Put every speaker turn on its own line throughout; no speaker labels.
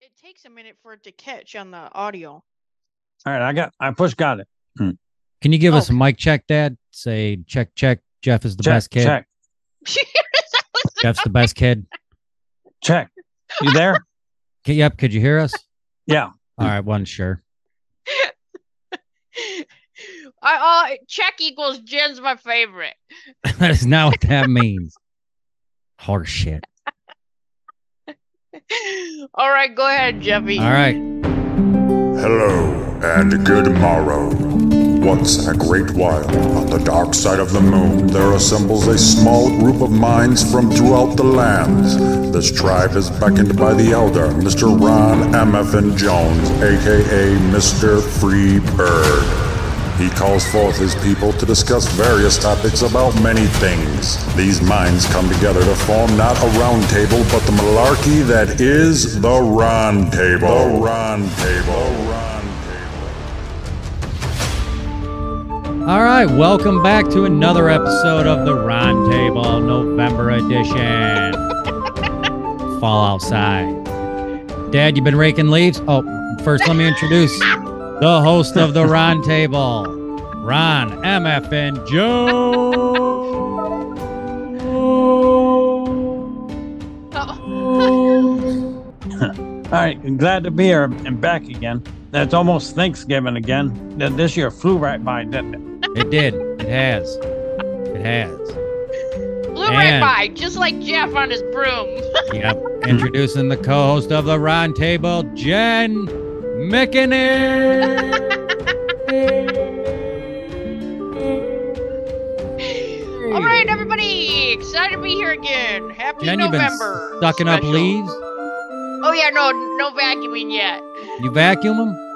It takes a minute for it to catch on the audio.
All right, I got I push got it.
Can you give us a
Okay.
mic check, Dad? Say check, check. Jeff is the
check,
best kid.
check,
Jeff's the best kid.
check. You there?
K- Yep. Could you hear us?
yeah.
All right. One sure.
I uh, check equals Jen's my favorite.
that is not what that means. Horse shit.
All right, go ahead, Jeffy.
All right.
Hello and good morrow. Once in a great while, on the dark side of the moon, there assembles a small group of minds from throughout the lands. This tribe is beckoned by the elder, Mr. Ron MFN Jones, aka Mr. Free Bird. He calls forth his people to discuss various topics about many things. These minds come together to form not a round table, but the malarkey that is the Ron Table. The Ron Table. The Ron Table.
All right. Welcome back to another episode of the Round Table November edition. Fall outside. Dad, you've been raking leaves. Oh, first let me introduce the host of the Round Table, Ron MFN Joe.
Oh,
All right, glad to be here and back again. That's almost Thanksgiving again. That This year flew right by, didn't it?
It did. It has. It has.
flew right
Man.
by, just like Jeff on his broom.
Yep. Introducing the co-host of the round table, Jen McInerney.
All right, everybody, excited to be here again. Happy
Jen, you've been
November.
sucking up
special.
leaves.
Oh yeah, no, no vacuuming yet.
You vacuum them.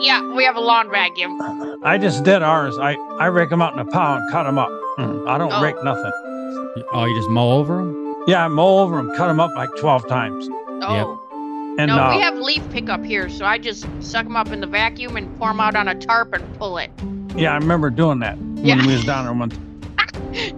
Yeah, we have a lawn vacuum.
I just did ours. I I rake them out in a pile and cut them up.
Hmm.
Mm, I don't
Oh.
rake nothing.
Oh, you just mow over them.
Yeah, I mow over them, cut them up like twelve times.
Oh.
And
no,
uh,
we have leaf pickup here, so I just suck them up in the vacuum and pour them out on a tarp and pull it.
yeah, I remember doing that
Yeah.
when we was down there once.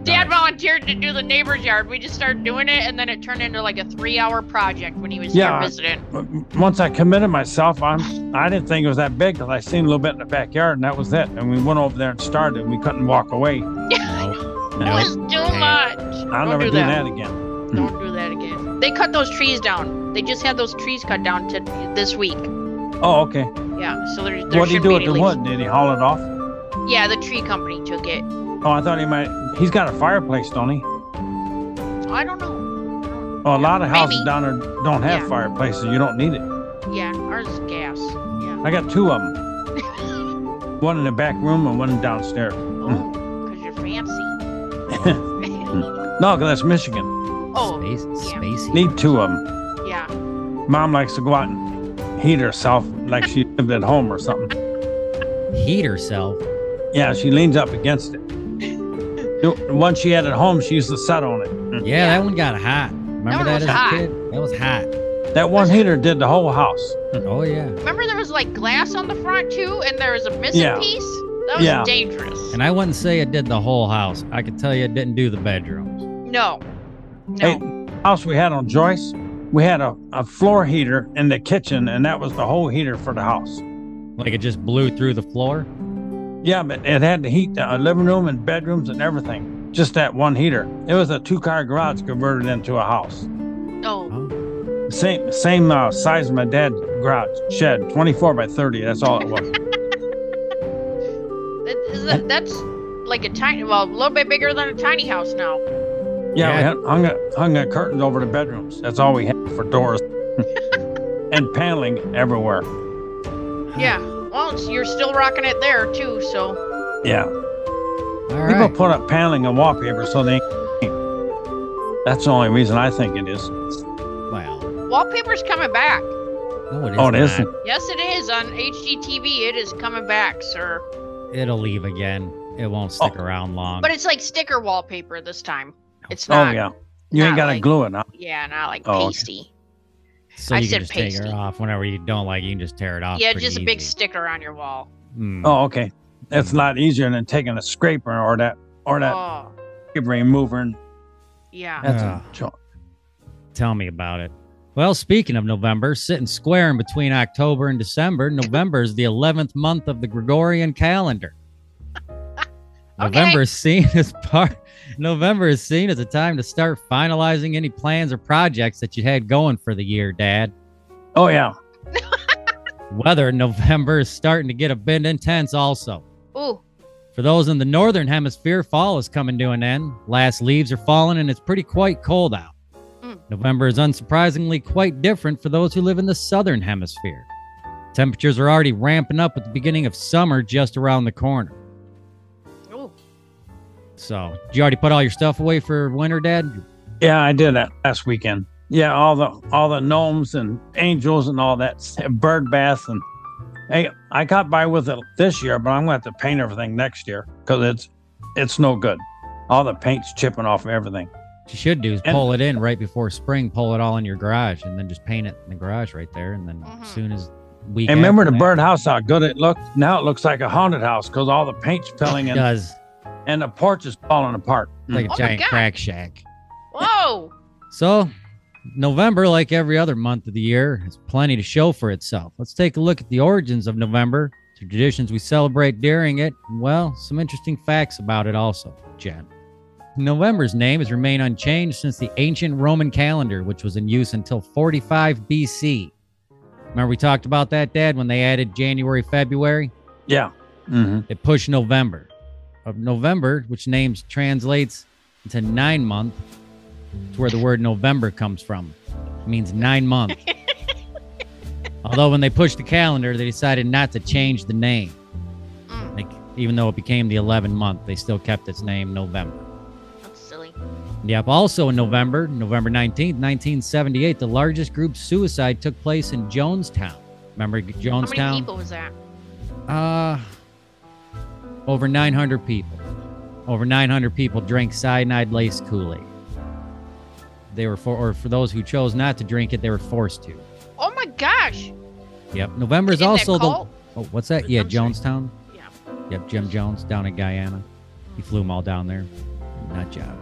Dad volunteered to do the neighbor's yard. We just started doing it, and then it turned into like a three-hour project when he was
Yeah.
here visiting.
Once I committed myself, I'm I didn't think it was that big because I seen a little bit in the backyard and that was it. And we went over there and started. and We couldn't walk away.
No.
It
no.
was too
Okay.
much.
I'll
Don't
never
do
do
that.
that again.
Don't do that again. They cut those trees down. They just had those trees cut down to this week.
Oh, okay.
Yeah, so there, there
What did he
shouldn't be
do with
any
the
leaves.
wood? Did he haul it off?
Yeah, the tree company took it.
Oh, I thought he might. He's got a fireplace, don't he?
I don't know.
Well, a lot of houses
Maybe.
down there don't have
Yeah.
fireplaces. You don't need it.
Yeah, ours is gas. Yeah.
I got two of them. One in the back room and one downstairs.
Oh, because you're fancy.
No, 'cause that's Michigan.
oh,
Space,
yeah.
spacey.
Need two of them.
yeah.
Mom likes to go out and heat herself like she lived at home or something.
Heat herself.
Yeah, she leans up against it. The one she had at home, she used to sit on it.
Yeah, that one got hot. Remember
one
that,
was
as
hot.
a kid? That was hot.
That one heater did the whole house.
Oh yeah.
Remember there was like glass on the front too, and there was a missing
Yeah.
piece? That was
Yeah.
dangerous.
And I wouldn't say it did the whole house. I could tell you it didn't do the bedrooms.
no. No.
Hey, house we had on Joyce, we had a, a floor heater in the kitchen, and that was the whole heater for the house.
Like it just blew through the floor.
Yeah, but it had to heat the uh, living room and bedrooms and everything. Just that one heater. It was a two-car garage converted into a house.
oh.
Same same uh, size as my dad's garage shed, 24 by 30. That's all it was.
That, is that- that's like a tiny, well, a little bit bigger than a tiny house now.
Yeah, we
Yeah.
had, hung a, hung a curtains over the bedrooms. That's all we had for doors and paneling everywhere.
Yeah. Well, it's- you're still rocking it there too, so.
Yeah, people
All right.
put up paneling and wallpaper so they. That's the only reason I think it is.
Well,
Wallpaper's coming back.
no, it is
oh, it
not.
isn't.
Yes, it is on HGTV. It is coming back, sir.
It'll leave again. It won't
Oh.
stick around long.
But it's like sticker wallpaper this time. It's
Oh
not.
yeah, you ain't
not
gotta
like-
glue it. Huh?
yeah, not like
Oh, okay.
pasty.
so
I
you
said
can just take her
pasty.
off whenever you don't like. it. You can just tear it off.
Yeah,
pretty
just a big
easy.
sticker on your wall.
Hmm.
Oh, okay. It's a lot easier than taking a scraper or that or that
Mm. Oh,
paper remover. And
yeah.
that's
Ah.
a chore.
Tell me about it. Well, speaking of November, sitting square in between October and December, November is the 11th month of the Gregorian calendar. November is seen as part November is seen as a time to start finalizing any plans or projects that you had going for the year, Dad.
Oh yeah.
Weather in November is starting to get a bit intense also.
Ooh.
For those in the northern hemisphere, fall is coming to an end. Last leaves are falling and it's pretty quite cold out.
Mm.
November is unsurprisingly quite different for those who live in the southern hemisphere. Temperatures are already ramping up at the beginning of summer just around the corner.
Ooh.
So, did you already put all your stuff away for winter, Dad?
Yeah, I did that last weekend. Yeah, all the all the gnomes and angels and all that s- bird baths and hey, I got by with it this year, but I'm gonna have to paint everything next year because it's it's no good. All the paint's chipping off of everything.
What you should do is
And-
pull it in right before spring, pull it all in your garage, and then just paint it in the garage right there. And then
Mhm.
as soon as we
And remember the birdhouse? How good it looked. Now it looks like a haunted house because all the paint's peeling and
does
and the porch is falling apart.
Mm-hmm. like
Oh
a
my
giant
God.
crack shack.
Whoa.
So, November, like every other month of the year, has plenty to show for itself. Let's take a look at the origins of November, the traditions we celebrate during it, and well, some interesting facts about it also, Jen. November's name has remained unchanged since the ancient Roman calendar, which was in use until 45 BC. Remember, we talked about that, Dad, when they added January, February?
Mm-hmm. Yeah. hmm
It pushed November. Of November, which names translates into nine month, it's where the word November comes from. It means nine month. Although when they pushed the calendar, they decided not to change the name.
Mm,
Like even though it became the 11 month, they still kept its name November.
that's silly.
Yep. Also in November, November 19th, 1978, the largest group suicide took place in Jonestown. Remember
How many
Jonestown?
people was that?
Uh, over 900 people. Over 900 people drank cyanide laced Kool Aid. They were for, or for those who chose not to drink it, they were forced to.
Oh my gosh.
Yep. November is
Isn't that
also the.
cult?
Oh, what's that? Yeah,
I'm sorry.
Jonestown.
Yeah.
Yep, Jim Jones down in Guyana. He flew them all down there. Nut job.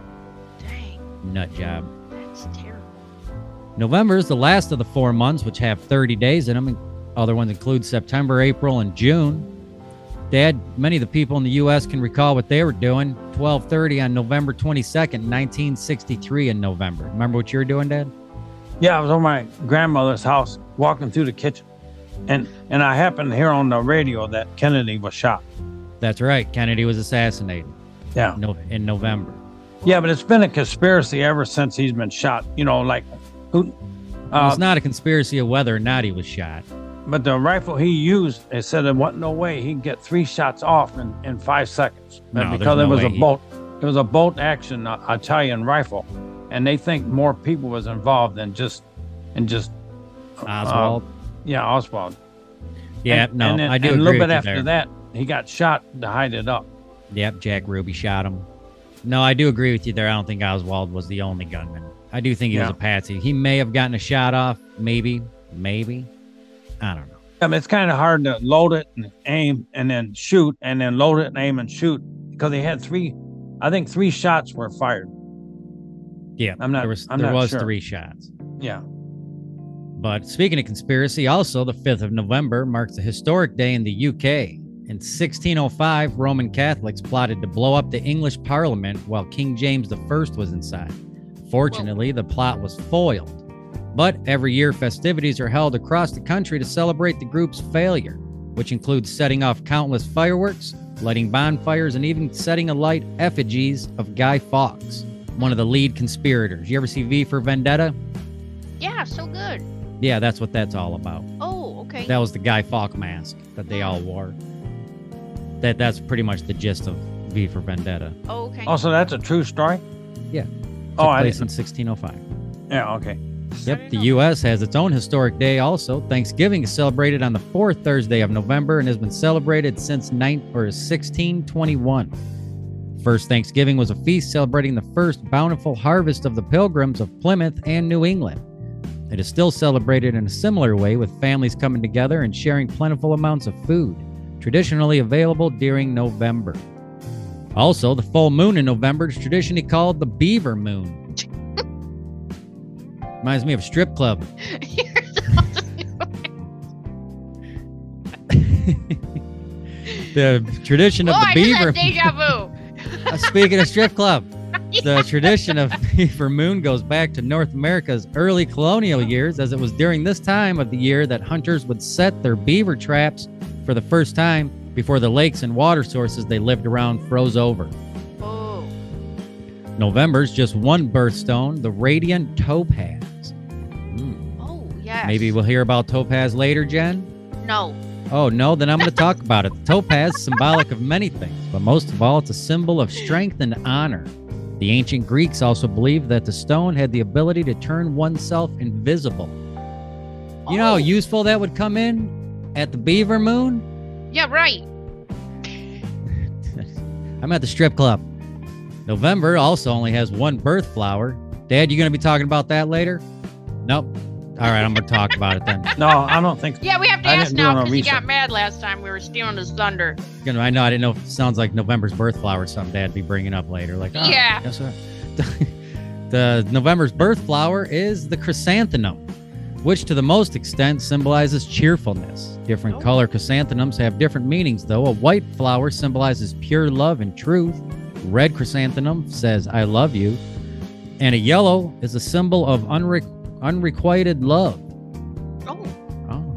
Dang.
Nut job.
That's terrible.
November is the last of the four months, which have 30 days in them. Other ones include September, April, and June. Dad, many of the people in the U.S. can recall what they were doing. 12:30 on November 22nd, 1963, in November. Remember what you were doing, Dad?
Yeah, I was on my grandmother's house walking through the kitchen. And and I happened to hear on the radio that Kennedy was shot.
That's right. Kennedy was assassinated.
Yeah.
No, in November.
Yeah, but it's been a conspiracy ever since he's been shot. You know, like who
Well,
uh,
it's not a conspiracy of whether or not he was shot.
but the rifle he used, it said there wasn't no way he could get three shots off in, in five seconds.
No,
And
there's
because
no
it was
way
a
he-
bolt it was a bolt action uh, Italian rifle. And they think more people was involved than just and just
Um, Oswald.
yeah, Oswald.
yeah,
And-
no,
and then-
I do
and a
agree
little
with
bit
you
after
there.
that, he got shot to hide it up.
Yep, Jack Ruby shot him. No, I do agree with you there. I don't think Oswald was the only gunman. I do think he was
Yeah.
a patsy. He may have gotten a shot off, maybe, maybe. I don't know.
I mean, it's kind of hard to load it and aim and then shoot and then load it and aim and shoot because they had three, I think three shots were fired.
Yeah,
I'm not-
There was
I'm
there
not
was
sure.
three shots.
Yeah.
But speaking of conspiracy, also the 5th of November marks a historic day in the UK. In 1605, Roman Catholics plotted to blow up the English Parliament while King James I was inside. Fortunately, the plot was foiled. But every year, festivities are held across the country to celebrate the group's failure, which includes setting off countless fireworks, lighting bonfires, and even setting alight effigies of Guy Fawkes, one of the lead conspirators. You ever see V for Vendetta?
Yeah, so good.
Yeah, that's what that's all about.
Oh, okay.
That was the Guy Fawkes mask that they all wore. That that's pretty much the gist of V for Vendetta.
oh, okay.
Also, that's a true story.
Yeah.
Oh,
Took
I
place
didn't.
in 1605.
Yeah. Okay.
Yep, the U.S. has its own historic day also. Thanksgiving is celebrated on the fourth Thursday of November and has been celebrated since 9 or 1621. First Thanksgiving was a feast celebrating the first bountiful harvest of the pilgrims of Plymouth and New England. It is still celebrated in a similar way with families coming together and sharing plentiful amounts of food, traditionally available during November. Also, the full moon in November is traditionally called the Beaver Moon. Reminds me of strip club. The tradition
oh,
of the
I
beaver.
just had deja vu.
Uh, Speaking of strip club, the tradition of Beaver Moon goes back to North America's early colonial years, as it was during this time of the year that hunters would set their beaver traps for the first time before the lakes and water sources they lived around froze over.
Oh,
November's just one birthstone, the radiant topaz. Hmm,
oh yes.
Maybe we'll hear about topaz later, Jen.
no.
Oh, no, then I'm going to talk about it. The topaz is symbolic of many things, but most of all, it's a symbol of strength and honor. The ancient Greeks also believed that the stone had the ability to turn oneself invisible. You know how
Oh,
useful that would come in at the beaver moon?
Yeah, right.
I'm at the strip club. November also only has one birth flower. Dad, you going to be talking about that later? Nope. All right, I'm going to talk about it then.
No, I don't think.
Yeah, we have to
I
ask
didn't do
now
no
because he got
research.
mad last time. We were stealing his thunder.
You know, I know I didn't know if it sounds like November's birth flower or something Dad'd be bringing up later. Like, oh,
Yeah.
Yes, sir. the November's birth flower is the chrysanthemum, which to the most extent symbolizes cheerfulness. Different
Oh.
color chrysanthemums have different meanings, though. A white flower symbolizes pure love and truth. Red chrysanthemum says, I love you. And a yellow is a symbol of unre- unrequited love.
Oh,
Oh.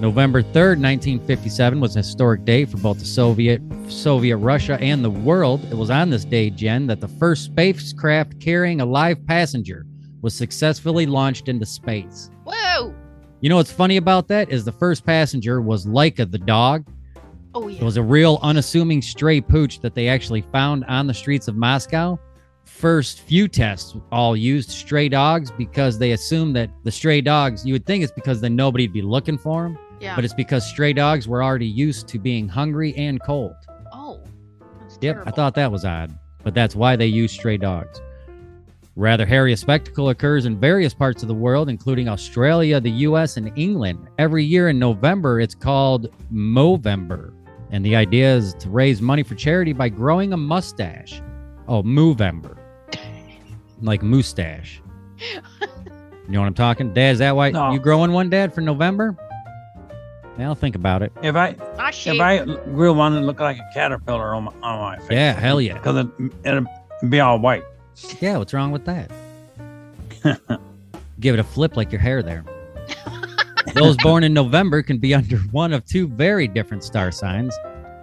November 3rd, 1957 was a historic day for both the Soviet Soviet Russia and the world. It was on this day, Jen, that the first spacecraft carrying a live passenger was successfully launched into space.
whoa.
You know what's funny about that is the first passenger was Laika the dog.
Oh
It
yeah.
was a real unassuming stray pooch that they actually found on the streets of Moscow. First few tests all used stray dogs because they assumed that the stray dogs, you would think it's because then nobody'd be looking for them,
yeah.
but it's because stray dogs were already used to being hungry and cold.
oh. That's
Yep,
terrible.
I thought that was odd, but that's why they use stray dogs. Rather hairy a spectacle occurs in various parts of the world, including Australia, the US, and England. Every year in November, it's called Movember. And the idea is to raise money for charity by growing a mustache. Oh, Movember. Like mustache. You know what I'm talking? Dad, is that why
No.
you growing one, Dad, for November? Well, think about it.
If I
Not
if
sheep.
I grew one, it'd look like a caterpillar on my, on my face.
Yeah, hell yeah.
Because it, it'd be all white.
Yeah, what's wrong with that? Give it a flip like your hair there. Those born in November can be under one of two very different star signs.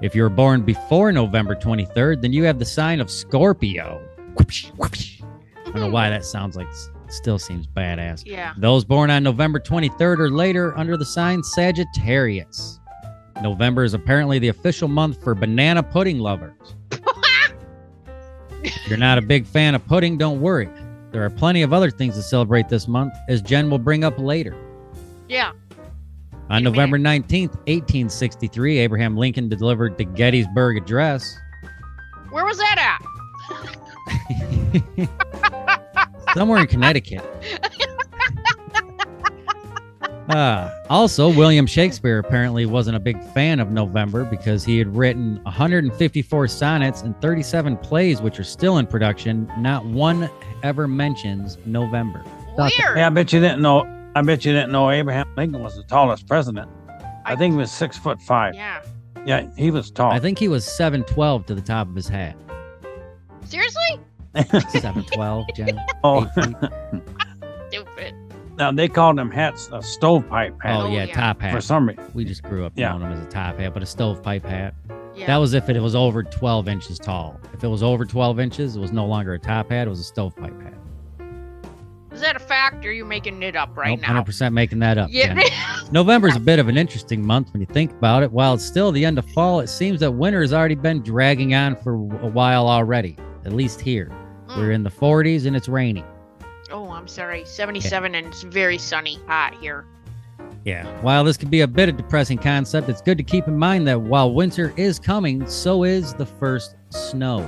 If you were born before November 23rd, then you have the sign of Scorpio. Whoopsh, whoopsh. I don't know why that sounds like still seems badass.
Hmm. Yeah.
Those born on November 23rd or later under the sign Sagittarius. November is apparently the official month for banana pudding lovers. if you're not a big fan of pudding, don't worry. There are plenty of other things to celebrate this month, as Jen will bring up later.
Yeah.
On
Amen.
November 19th, 1863, Abraham Lincoln delivered the Gettysburg Address.
Where was that at?
somewhere in Connecticut. Uh, also, William Shakespeare apparently wasn't a big fan of November because he had written 154 sonnets and 37 plays, which are still in production. Not one ever mentions November.
Weird.
Yeah, I bet you didn't know. I bet you didn't know Abraham Lincoln was the tallest president. I think he was six foot five.
Yeah.
Yeah, he was tall.
I think he was 712 to the top of his hat.
Seriously?
712, Jen.
oh,
8.
Stupid.
now they called them hats a stovepipe hat
Oh, yeah,
yeah.
top
for
hat.
some reason.
We just grew up
Yeah.
knowing him as a top hat, but a stovepipe hat.
Yeah.
That was if it was over 12 inches tall. If it was over 12 inches, it was no longer a top hat. It was a stovepipe hat.
Is that a fact or are you making it up right
Nope,
now?
100% making that up.
Yeah.
Jen. November's a bit of an interesting month when you think about it. While it's still the end of fall, it seems that winter has already been dragging on for a while already, at least here.
Hmm.
We're in the 40s and it's raining.
oh, I'm sorry. 77 and it's very sunny hot here.
Yeah. While this could be a bit of depressing concept, it's good to keep in mind that while winter is coming, so is the first snow.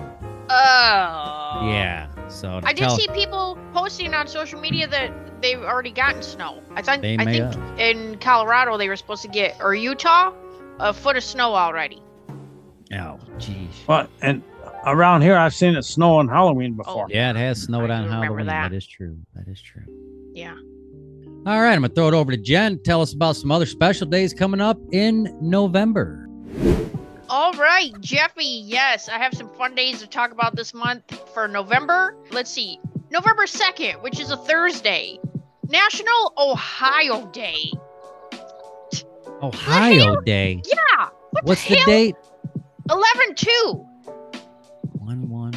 Oh.
yeah. So to
I did
tell-
see people posting on social media that they've already gotten snow. I think
They
I
may
think in Colorado they were supposed to get or Utah a foot of snow already.
Oh, geez.
Well, and around here I've seen it snow on Halloween before.
Oh.
Yeah, it has snowed
I
on
do remember
Halloween.
that.
that is true. That is true.
Yeah.
All right, I'm gonna throw it over to Jen. Tell us about some other special days coming up in November.
All right, Jeffy. Yes, I have some fun days to talk about this month for November. Let's see. November 2nd, which is a Thursday, National Ohio Day.
Ohio Day.
Yeah. What
What's the
hell?
date?
11 2.
One one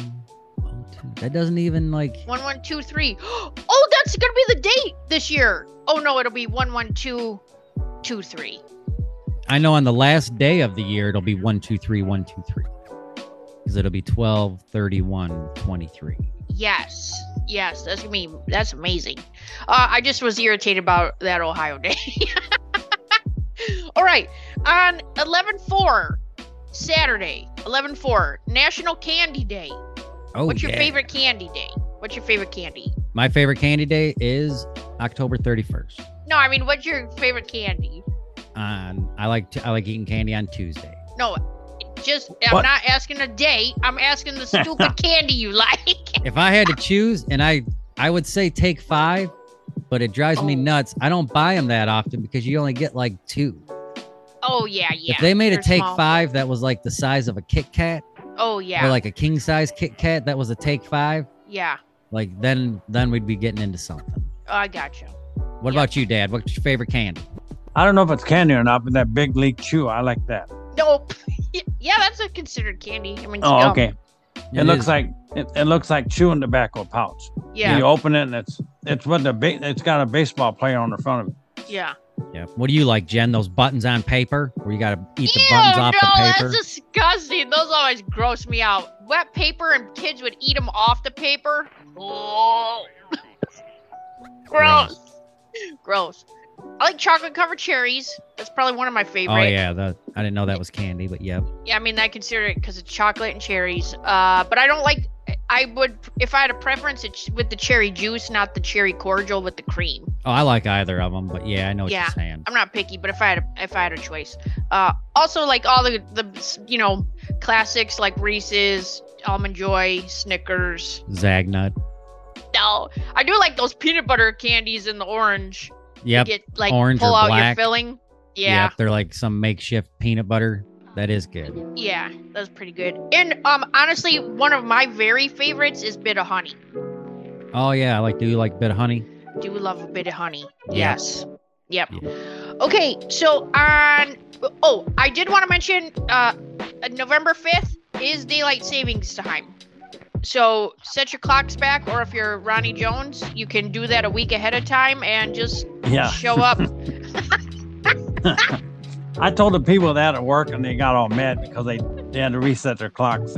oh two. That doesn't even like.
1123. Oh, that's going to be the date this year. Oh, no, it'll be 11223.
I know on the last day of the year it'll be one two three one two three, because it'll be twelve thirty one twenty three.
Yes. Yes, that's gonna be that's amazing. Uh, I just was irritated about that Ohio day. All right, on 11-4, Saturday, 11-4, National Candy Day.
Oh
What's your
yeah.
favorite candy day? What's your favorite candy?
My favorite candy day is October thirty first.
No, I mean, what's your favorite candy?
On I like to, I like eating candy on Tuesday.
No, just I'm
What?
not asking a date. I'm asking the stupid candy you like.
if I had to choose, and I I would say take five, but it drives me
Oh.
nuts. I don't buy them that often because you only get like two.
Oh yeah, yeah.
if they made a
they're
take
small.
five that was like the size of a Kit Kat
Oh yeah,
or like a king size Kit Kat that was a take five,
yeah.
like then then we'd be getting into something.
Oh, I gotcha.
What
Yeah.
about you, Dad? What's your favorite candy?
I don't know if it's candy or not, but that big league chew, I like that.
Nope. yeah, that's a considered candy. I mean, it's
Oh,
gum.
okay. It, looks
is-
like it, it looks like chewing tobacco pouch.
Yeah,
You open it and it's it's with the ba- it's got a baseball player on the front of it.
yeah.
Yeah. What do you like, Jen? Those buttons on paper where you got to eat the
Ew,
buttons off
no,
the paper.
that's disgusting. Those always gross me out. Wet paper and kids would eat them off the paper. Oh, gross. Gross. I like chocolate covered cherries. That's probably one of my favorite.
Oh yeah, that, I didn't know that was candy, but yeah.
Yeah, I mean, I consider it because it's chocolate and cherries. Uh, but I don't like. I would, if I had a preference, it's with the cherry juice, not the cherry cordial with the cream.
Oh, I like either of them, but yeah, I know what
Yeah.
you're saying.
I'm not picky, but if I had, a, if I had a choice, uh, also like all the the you know classics like Reese's, Almond Joy, Snickers.
Zagnut.
No, I do like those peanut butter candies in the orange. You
Yep.
get like
orange or
pull out
black.
your filling. Yeah,
Yep, they're like some makeshift peanut butter. That is good.
yeah, that's pretty good. And um, honestly, one of my very favorites is bit of honey.
Oh yeah, I like do you like a bit of honey?
do love a bit of honey.
Yeah.
Yes. Yep. Okay, so on. Oh, I did want to mention uh, November 5th is daylight savings time. So set your clocks back, or if you're Ronnie Jones, you can do that a week ahead of time and just
Yeah.
show up.
I told the people that at work and they got all mad because they, they had to reset their clocks.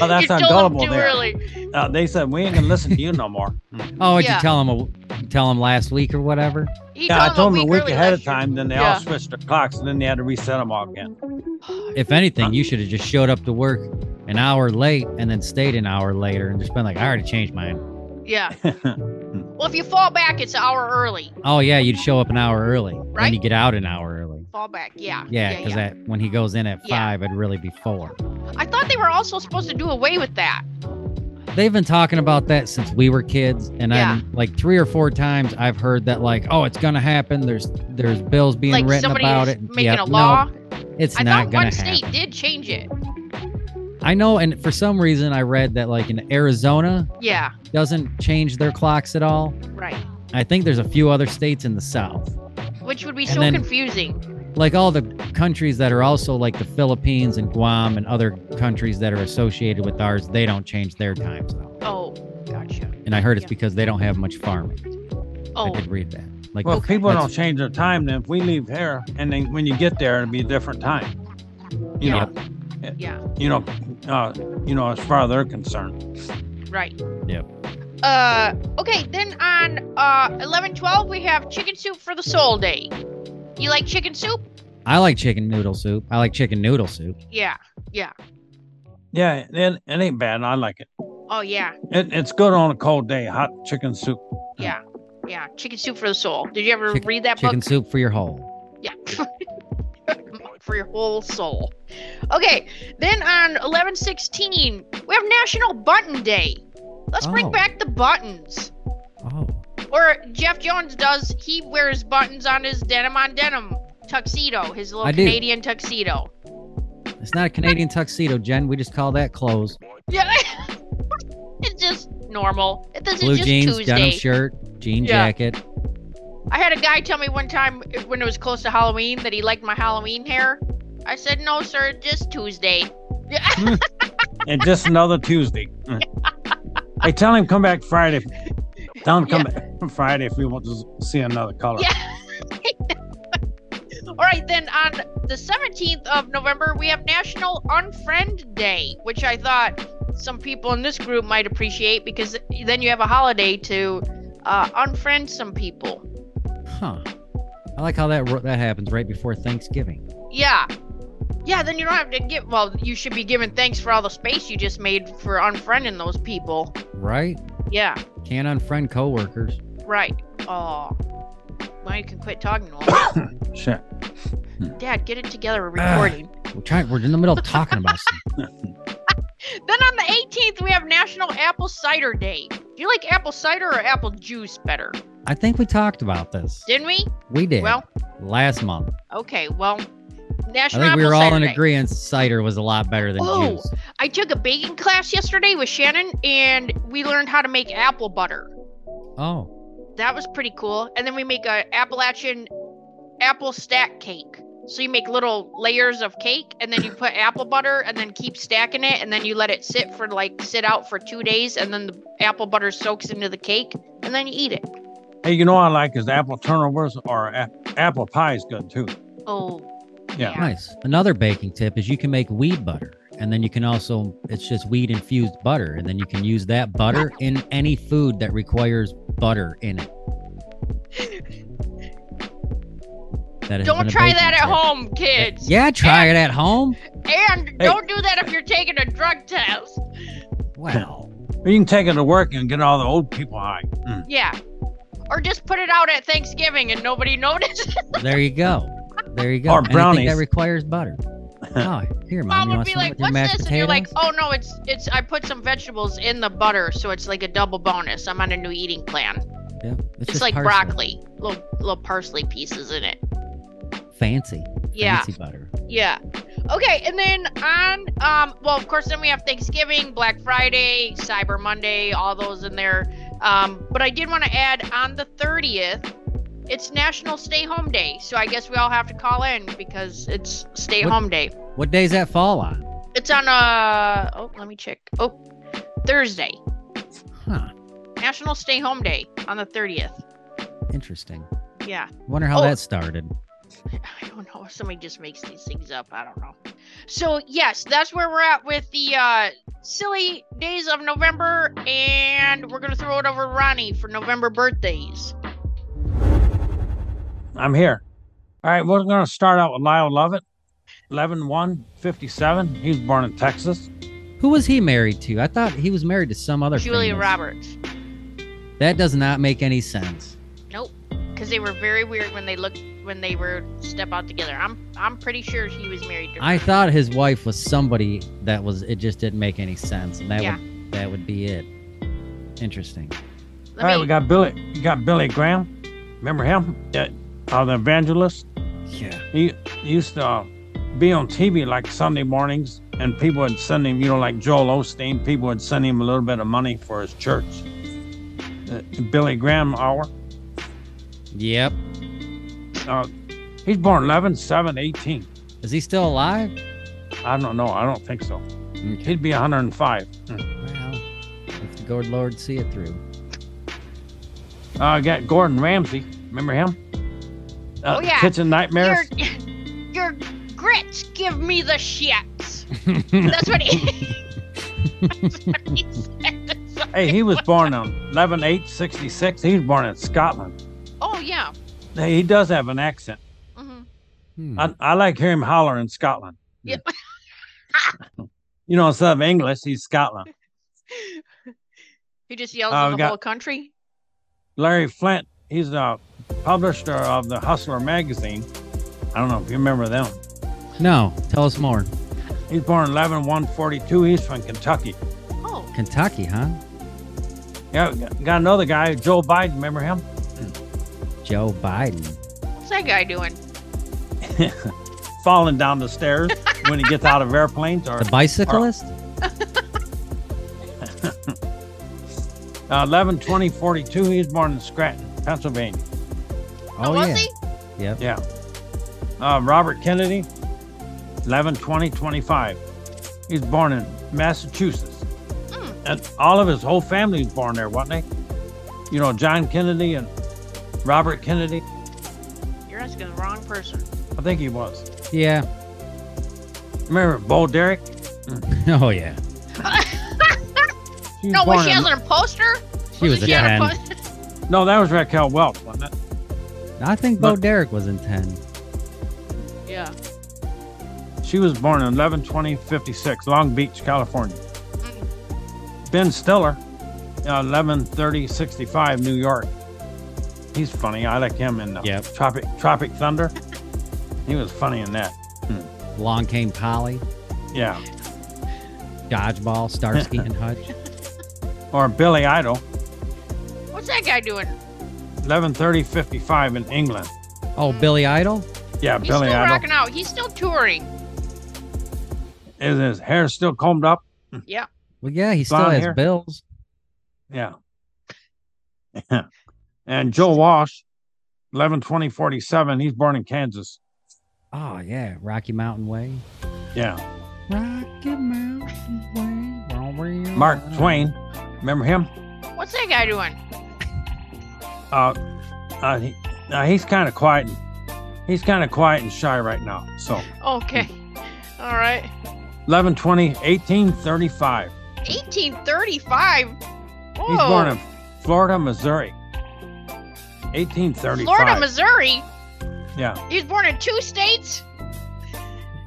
Oh, that's
you
how
told them
gullible
too
they are.
early.
Uh, they said, We ain't gonna listen to you no more.
Oh, did
Yeah.
you tell him tell him last week or whatever?
He
Yeah, I told
them
them a week
early
ahead
last
of
year.
time, then they
Yeah.
all switched their clocks and then they had to reset them all again.
If anything, you should have just showed up to work an hour late and then stayed an hour later and just been like, I already changed mine.
Yeah. well, if you fall back, it's an hour early.
Oh yeah, you'd show up an hour early.
Right?
Then you get out an hour early.
Fall back. Yeah.
Yeah, because that when he goes in at
Yeah.
five, it'd really be four.
I thought they were also supposed to do away with that.
They've been talking about that since we were kids, and
Yeah.
I'm like three or four times I've heard that like, oh, it's gonna happen. There's there's bills being
like
written
somebody
about
is
it.
making
Yep,
a
no,
law.
it's
I
not
thought
gonna
one
happen.
state did change it.
I know, and for some reason I read that like in Arizona
Yeah,
doesn't change their clocks at all.
right.
I think there's a few other states in the South,
Which would be
And
so
then-
confusing.
like all the countries that are also like the Philippines and Guam and other countries that are associated with ours. They don't change their times though,
Oh, gotcha.
and I heard it's
Yeah.
because they don't have much farming. I
Oh,
did read that. Like
Well, if
Okay.
people
That's-
don't change their time, then if we leave here and then when you get there, it'll be a different time. You
Yeah.
know,
yeah,
you know, uh, you know, as far as they're concerned.
right.
Yep.
Uh, okay. Then on uh eleven twelve we have chicken soup for the soul day. You like chicken soup?
I like chicken noodle soup. I like chicken noodle soup.
Yeah.
Yeah, it, it ain't bad. I like it.
Oh yeah,
it. It's good on a cold day. Hot chicken soup.
yeah, yeah. Chicken soup for the soul. Did you ever
Chick-
read that book?
Chicken soup for your whole.
Yeah. For your whole soul. Okay, then on 1116, we have National Button Day. Let's
Oh.
bring back the buttons.
Oh,
Or Jeff Jones does. He wears buttons on his denim on denim tuxedo, his little
I do.
Canadian tuxedo.
It's not a Canadian tuxedo, Jen. We just call that clothes.
Yeah, it's just normal. This
Blue
is just
jeans,
Tuesday.
denim shirt, jean
Yeah.
jacket.
I had a guy tell me one time uh, when it was close to Halloween that he liked my Halloween hair. I said, "No, sir, just Tuesday."
and just another Tuesday. hey, tell him come back Friday. Tell him come back Friday if we want to see another color.
Yeah. All right, then on the 17th of November, we have National Unfriend Day, which I thought some people in this group might appreciate because then you have a holiday to uh, unfriend some people.
Huh. I like how that ro- that happens right before Thanksgiving.
Yeah. Yeah, then you don't have to give. Well, you should be given thanks for all the space you just made for unfriending those people.
Right?
Yeah,
Can't unfriend coworkers.
right. Oh. Now you can quit talking to them.
Shit.
Dad, get it together. We're
Ah.
recording.
We're trying we're in the middle of talking about something.
Then on the 18th, we have National Apple Cider Day. Do you like apple cider or apple juice better?
I think we talked about this.
Didn't we?
We did.
Well,
last month.
okay. Well,
I
National
think we
Apple
were all
Cider
in
Day.
agreement cider was a lot better than
Oh.
juice.
I took a baking class yesterday with Shannon, and we learned how to make apple butter.
Oh.
That was pretty cool. And then we make a Appalachian apple stack cake. So you make little layers of cake, and then you put apple butter, and then keep stacking it, and then you let it sit for like sit out for two days, and then the apple butter soaks into the cake, and then you eat it.
Hey, you know what I like is apple turnovers or a- apple pie is good too.
Oh.
Yeah.
Nice. Another baking tip is you can make weed butter. And then you can also, it's just weed infused butter. And then you can use that butter in any food that requires butter in it. That has been
Don't
a
try
baking
that at
tip.
home, kids.
Yeah, try it at home.
And don't do that if you're taking a drug test.
Wow.
You can take it to work and get all the old people high. Mm.
Yeah. Or just put it out at Thanksgiving and nobody notices.
There you go. There you go.
Or
Anything
brownies.
that requires butter. Oh, here, mom.
Mom
You
would
want
be
some
like,
with your
"What's
mashed
this?" And you're like,
potatoes?
"Oh no, it's it's I put some vegetables in the butter, so it's like a double bonus. I'm on a new eating plan.
Yeah,
"Oh, It's,
just
like
parsley.
broccoli, little little parsley pieces in it.
Fancy.
Yeah,
Fancy butter.
yeah. Okay, and then on um well, of course, then we have Thanksgiving, Black Friday, Cyber Monday, all those in there. Um, but I did want to add on the 30th, it's National Stay Home Day. So I guess we all have to call in because it's Stay
What-
Home Day.
What day's that fall on?
It's on uh oh, let me check. Oh, Thursday,
Huh.
National Stay Home Day on the 30th.
Interesting.
Yeah,
Wonder how
Oh.
that started.
I don't know. Somebody just makes these things up. I don't know. So yes, that's where we're at with the uh silly days of November, and we're gonna throw it over to Ronnie for November birthdays.
I'm here. All right, we're going to start out with Lyle Lovett, 11 1 57. He was born in Texas.
Who was he married to? I thought he was married to some other.
Julia
famous-
Roberts.
That does not make any sense.
Nope, because they were very weird when they looked when they were step out together. I'm I'm pretty sure he was married to. her.
I thought his wife was somebody that was. It just didn't make any sense, and that would that would be it. Interesting.
Let
All right,
me-
we got Billy. You got Billy Graham. Remember him? Yeah. Uh, the evangelist.
Yeah.
He used to uh, be on TV like Sunday mornings, and people would send him, you know, like Joel Osteen, people would send him a little bit of money for his church. The Billy Graham Hour.
Yep.
Uh, he's born 11 7 18.
Is he still alive?
I don't know. I don't think so.
Okay.
He'd be 105.
Well, if the good Lord see it through.
Uh, I got Gordon Ramsay. Remember him? Uh,
Oh, yeah.
Kitchen Nightmares.
Your, your grits give me the shits. That's what he. That's what he said.
Hey, he was born on 11 8 66. He was born in Scotland.
Oh yeah.
Hey, He does have an accent.
hmm
Hmm.
I, I like hearing him holler in Scotland.
Yeah.
you know, instead of English, he's Scotland.
He just yells
Oh,
at
we
the
got-
whole country.
Larry Flint, he's a publisher of the Hustler magazine. I don't know if you remember them.
no. Tell us more.
He's born 11 142. He's from Kentucky.
Oh,
Kentucky, huh?
Yeah, got another guy, Joe Biden. Remember him?
Joe Biden.
What's that guy doing?
Falling down the stairs when he gets out of airplanes, or
The bicyclist?
uh, 11 20 42. He was born in Scranton, Pennsylvania.
Oh, was he?
Yep.
Yeah. Uh, Robert Kennedy, 11 20 25. He was born in Massachusetts.
Hmm.
And all of his whole family was born there, wasn't they? You know, John Kennedy and Robert Kennedy.
You're asking the wrong person.
I think he was.
Yeah.
Remember Bo Derek?
Oh yeah.
She was
No, was
born
she
in-
on a poster?
She was a
she on
ten.
poster?
No, that was Raquel Welch, wasn't it?
I think Bo
Look.
Derek was in ten.
yeah.
She was born in 11 20 56, Long Beach, California. Ben Stiller, 11 30 65, New York. He's funny. I like him in the
Yep.
Tropic, Tropic Thunder. he was funny in that.
Long came Polly,
Yeah.
dodgeball, Starsky and Hutch.
Or Billy Idol,
What's that guy doing?
11 30 55 in England.
Oh, Billy Idol.
Yeah,
He's
Billy
still
Idol.
rocking out. He's still touring.
Is his hair still combed up?
Well, yeah, he still
Blonde
has
hair.
bills.
Yeah. and Joe Walsh, 11 20 47, he's born in Kansas.
Oh yeah, Rocky Mountain Way.
Yeah.
Rocky Mountain Way.
Mark Twain. Remember him?
What's that guy doing?
Uh, uh, he, uh he's kind of quiet. He's kind of quiet and shy right now. So
Okay. All right.
11, 20, 18, 35.
1835. Whoa.
He's born in Florida, Missouri. 1835.
Florida, Missouri.
yeah.
He was born in two states.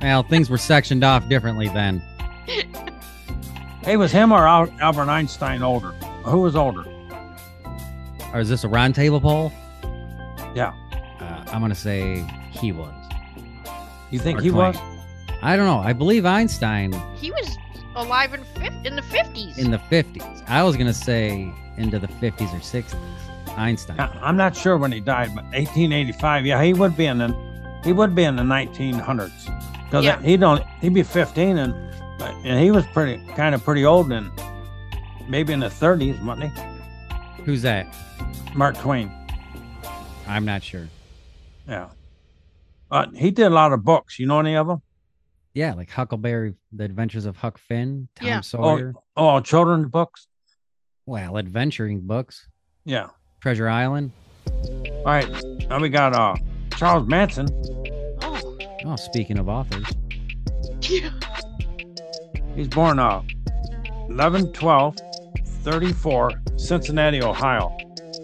Well, things were sectioned off differently then.
Hey, was him or Al- Albert Einstein older? Who was older?
Or is this a round table poll?
Yeah.
Uh, I'm gonna say he was.
You think
Mark
he
Twain.
was?
I don't know. I believe Einstein
He was alive in fif- in the 50s.
in the 50s. I was gonna say into the 50s or 60s. Einstein.
I- I'm not sure when he died, but 1885. Yeah, he would be in the he would be in the 1900s because
Yeah.
he'd only he'd be 15 and and he was pretty kind of pretty old and maybe in the 30s, wasn't he?
Who's that?
Mark Twain.
I'm not sure.
Yeah. Uh, he did a lot of books. You know any of them?
Yeah, like Huckleberry, The Adventures of Huck Finn, Tom
Yeah.
Sawyer.
Oh, children's books.
Well, adventuring books,
Yeah.
Treasure Island.
All right. Now we got uh Charles Manson.
oh.
Oh, speaking of authors,
He's born uh 11 12 34 Cincinnati, Ohio.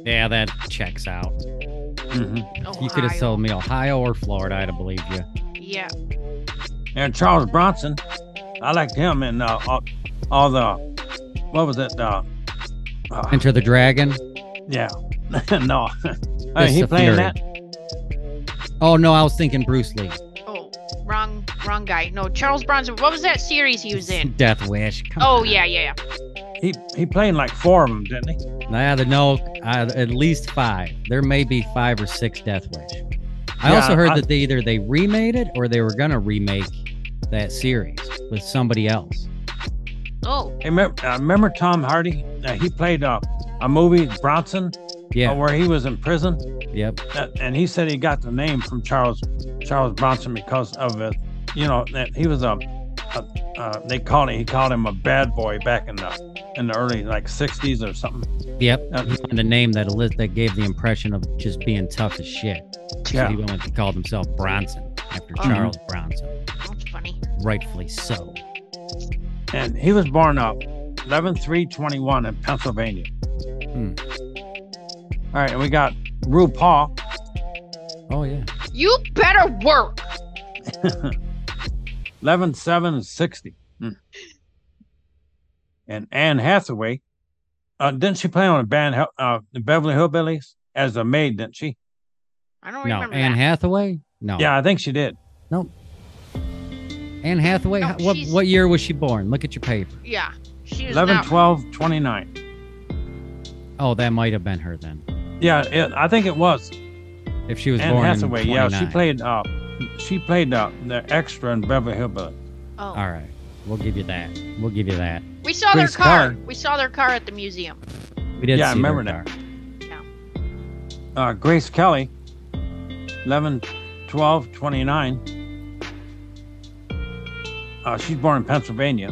yeah, that checks out.
hmm
Oh,
You could have
Ohio.
sold me Ohio or Florida, I'd have believed you.
Yeah.
and Charles Bronson. I liked him and uh, all, all the what was it? Uh, uh,
Enter the Dragon.
yeah, no, I mean,
Fist
he
of
playing
Fury.
that.
Oh no, I was thinking Bruce Lee.
Oh, wrong, wrong guy. No, Charles Bronson. What was that series he was in?
Death Wish. Come
Oh
on.
yeah, yeah, yeah.
He he played like four of them, didn't he?
I either know uh, at least five. There may be five or six Death Wish. I
Yeah,
also heard
I-
that they either they remade it or they were gonna remake that series with somebody else.
Oh,
Hey, remember, uh, remember Tom Hardy? Uh, he played uh, a movie Bronson uh,
Yeah.
where he was in prison,
Yep.
uh, and he said he got the name from Charles Charles Bronson because of it. You know that he was a. a uh, they called it. He called him a bad boy back in the in the early like '60s or something.
Yep.
Uh,
He wanted a name that li- that gave the impression of just being tough as shit. So
yeah,
he went and called himself Bronson after
Oh.
Charles Bronson.
that's funny.
Rightfully so.
and he was born uh, up 11 3 21 in Pennsylvania.
Hmm.
All right, and we got RuPaul.
Oh yeah.
You better work.
11 7 60.
Hmm.
And Anne Hathaway. Uh, didn't she play on a band, Hel- uh, the Beverly Hillbillies as a maid, didn't she?
I don't
No.
remember
Anne
that.
Hathaway? No.
Yeah, I think she did.
Anne Hathaway?
No,
How- what
she's-
what year was she born? Look at your paper.
yeah, she is
11
not.
12 29.
Oh, that might have been her then.
Yeah, it, I think it was
If she was
Anne
born
Hathaway.
in
Yeah, she
29.
played. Uh, she played uh, the extra in Beverly Hillbillies.
Oh,
All right, we'll give you that. We'll give you that.
we saw their
Grace
car.
Carr.
We saw their car at the museum.
We did.
Yeah, I
see her
remember that.
car.
Uh, Grace Kelly, 11, 12, 29. Uh, she's born in Pennsylvania,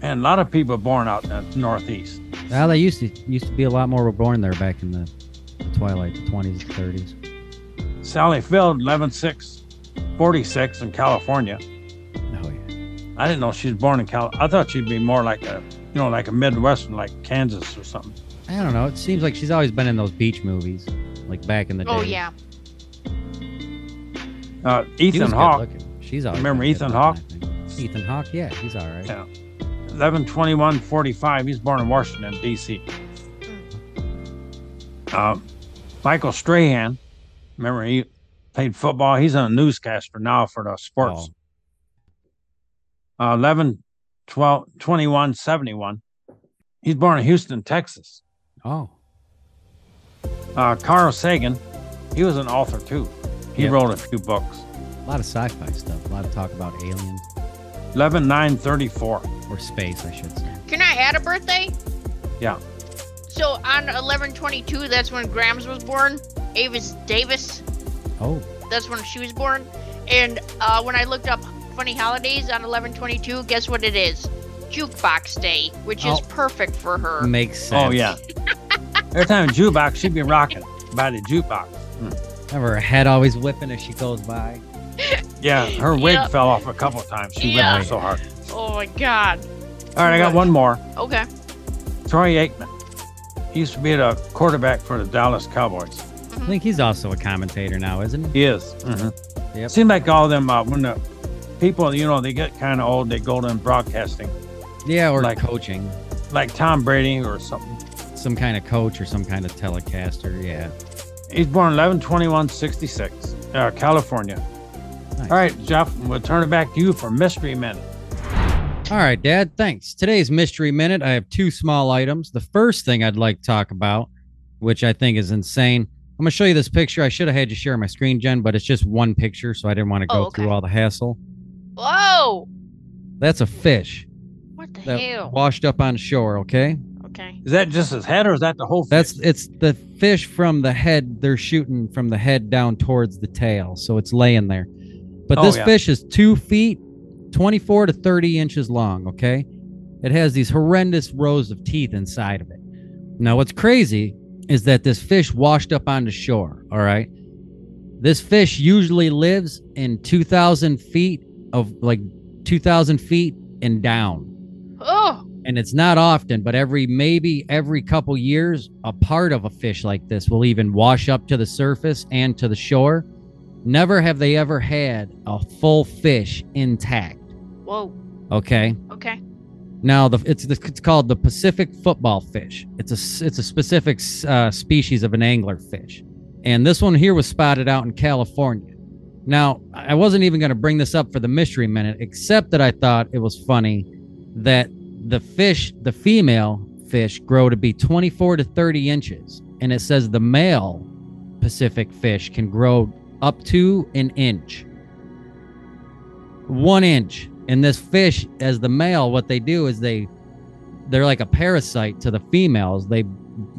and a lot of people born out in the Northeast.
Well, they used to used to be a lot more were born there back in the, the twilight, the twenties, thirties.
Sally Field, 11, 6, 46 in California.
Oh yeah.
I didn't know she was born in Cal. I thought she'd be more like a, you know, like a Midwestern, like Kansas or something.
I don't know. It seems like she's always been in those beach movies, like back in the day.
Oh yeah.
Uh,
She was
Ethan
good
Hawke,
looking. She's always
Remember
been good
Ethan
looking,
Hawke?
I think. Ethan Hawke, yeah, he's all right.
Yeah. 11, 21, 45. He's born in Washington, D.C. Uh, Michael Strahan, remember he played football. He's a newscaster now for the sports.
Oh.
Uh, 11, 12, 21, 71. He's born in Houston, Texas.
Oh. oh.
Uh, Carl Sagan, he was an author too. He
Yeah.
wrote a few books.
A lot of sci-fi stuff. A lot of talk about aliens
11, 9, 34.
or space, I should say.
Can I add a birthday?
Yeah.
So on 1122, that's when Grams was born. Avis Davis,
Oh,
that's when she was born. And uh, when I looked up funny holidays on 1122, guess what it is? Jukebox Day, which is
Oh.
perfect for her.
makes sense.
Oh, yeah. Every time a jukebox, she'd be rocking by the jukebox.
Remember, her head always whipping as she goes by.
Yeah, her wig
Yep.
fell off a couple of times. She
Yeah.
whipped her so hard.
Oh my God.
All right, I got
Right.
one more.
Okay.
Troy Aikman. He used to be the quarterback for the Dallas Cowboys.
I think he's also a commentator now, isn't he?
He is. Mm-hmm.
Yep.
Seems like all them uh, when the people, you know, they get kind of old, they go to broadcasting,
Yeah, or
Like-
coaching.
like Tom Brady or something.
Some kind of coach or some kind of telecaster. Yeah.
He's born 11 21 66, uh, California.
Nice.
All right, Jeff, we'll turn it back to you for Mystery Minute.
All right, Dad. Thanks. Today's mystery minute. I have two small items. The first thing I'd like to talk about, which I think is insane. I'm gonna show you this picture. I should have had you share my screen, Jen, but it's just one picture, so I didn't want to
Oh,
go
okay.
through all the hassle.
Whoa.
That's a fish
What the
that
hell?
washed up on shore. Okay,
Okay.
Is that just his head or is that the whole
that's
fish?
it's the fish from the head. They're shooting from the head down towards the tail, so it's laying there. But
Oh,
this
yeah.
fish is two feet, 24 to 30 inches long, okay? It has these horrendous rows of teeth inside of it. Now, what's crazy is that this fish washed up onto shore, all right? This fish usually lives in 2,000 feet of like 2,000 feet and down
Oh.
and it's not often, but every maybe every couple years, a part of a fish like this will even wash up to the surface and to the shore. Never have they ever had a full fish intact.
Whoa.
Okay.
Okay.
Now the it's the, it's called the Pacific football fish. It's a s- it's a specific uh, species of an angler fish, and this one here was spotted out in California. Now I wasn't even going to bring this up for the mystery minute, except that I thought it was funny that the fish, the female fish, grow to be 24 to 30 inches, and it says the male Pacific fish can grow up to an inch one inch. And this fish, as the male, what they do is they they're like a parasite to the females. They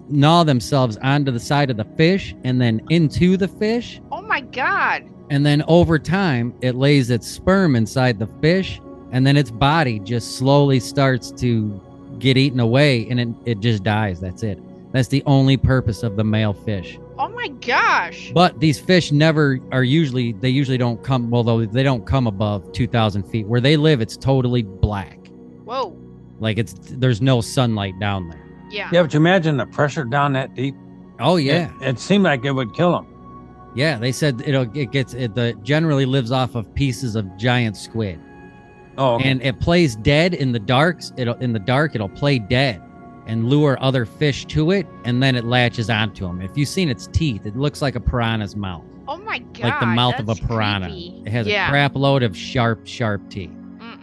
gnaw themselves onto the side of the fish and then into the fish.
Oh my God.
And then over time, it lays its sperm inside the fish. And then its body just slowly starts to get eaten away and it, it just dies. That's it. That's the only purpose of the male fish.
Oh my gosh.
But these fish never are usually they usually don't come well though they don't come above two thousand feet. Where they live, it's totally black.
Whoa.
Like it's there's no sunlight down there.
Yeah.
Yeah, but you imagine the pressure down that deep.
Oh yeah,
It, it seemed like it would kill him.
yeah. They said it'll it gets it the generally lives off of pieces of giant squid,
Oh, okay.
and it plays dead in the darks. It'll in the dark it'll play dead and lure other fish to it, and then it latches onto them. If you've seen its teeth, it looks like a piranha's mouth,
Oh my God.
like the mouth of a
that's
piranha.
creepy.
It has
yeah.
a crap load of sharp, sharp teeth.
Mm-mm.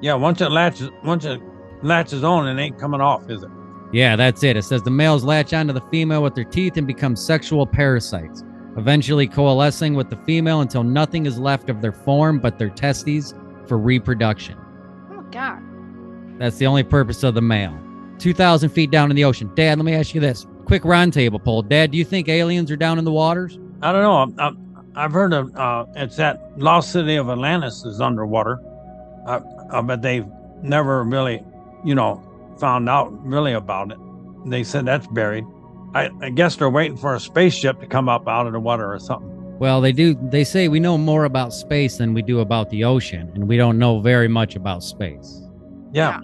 Yeah, once it latches, once it latches on, it ain't coming off, is it?
Yeah, that's it. It says the males latch onto the female with their teeth and become sexual parasites, eventually coalescing with the female until nothing is left of their form but their testes for reproduction.
Oh God.
That's the only purpose of the male. 2,000 feet down in the ocean. Dad, let me ask you this. Quick roundtable poll. Dad, do you think aliens are down in the waters?
I don't know. I, I, I've heard of uh, it's that lost city of Atlantis is underwater. I, I bet they've never really, you know, found out really about it. They said that's buried. I, I guess they're waiting for a spaceship to come up out of the water or something.
Well, they do. They say we know more about space than we do about the ocean, and we don't know very much about space.
Yeah.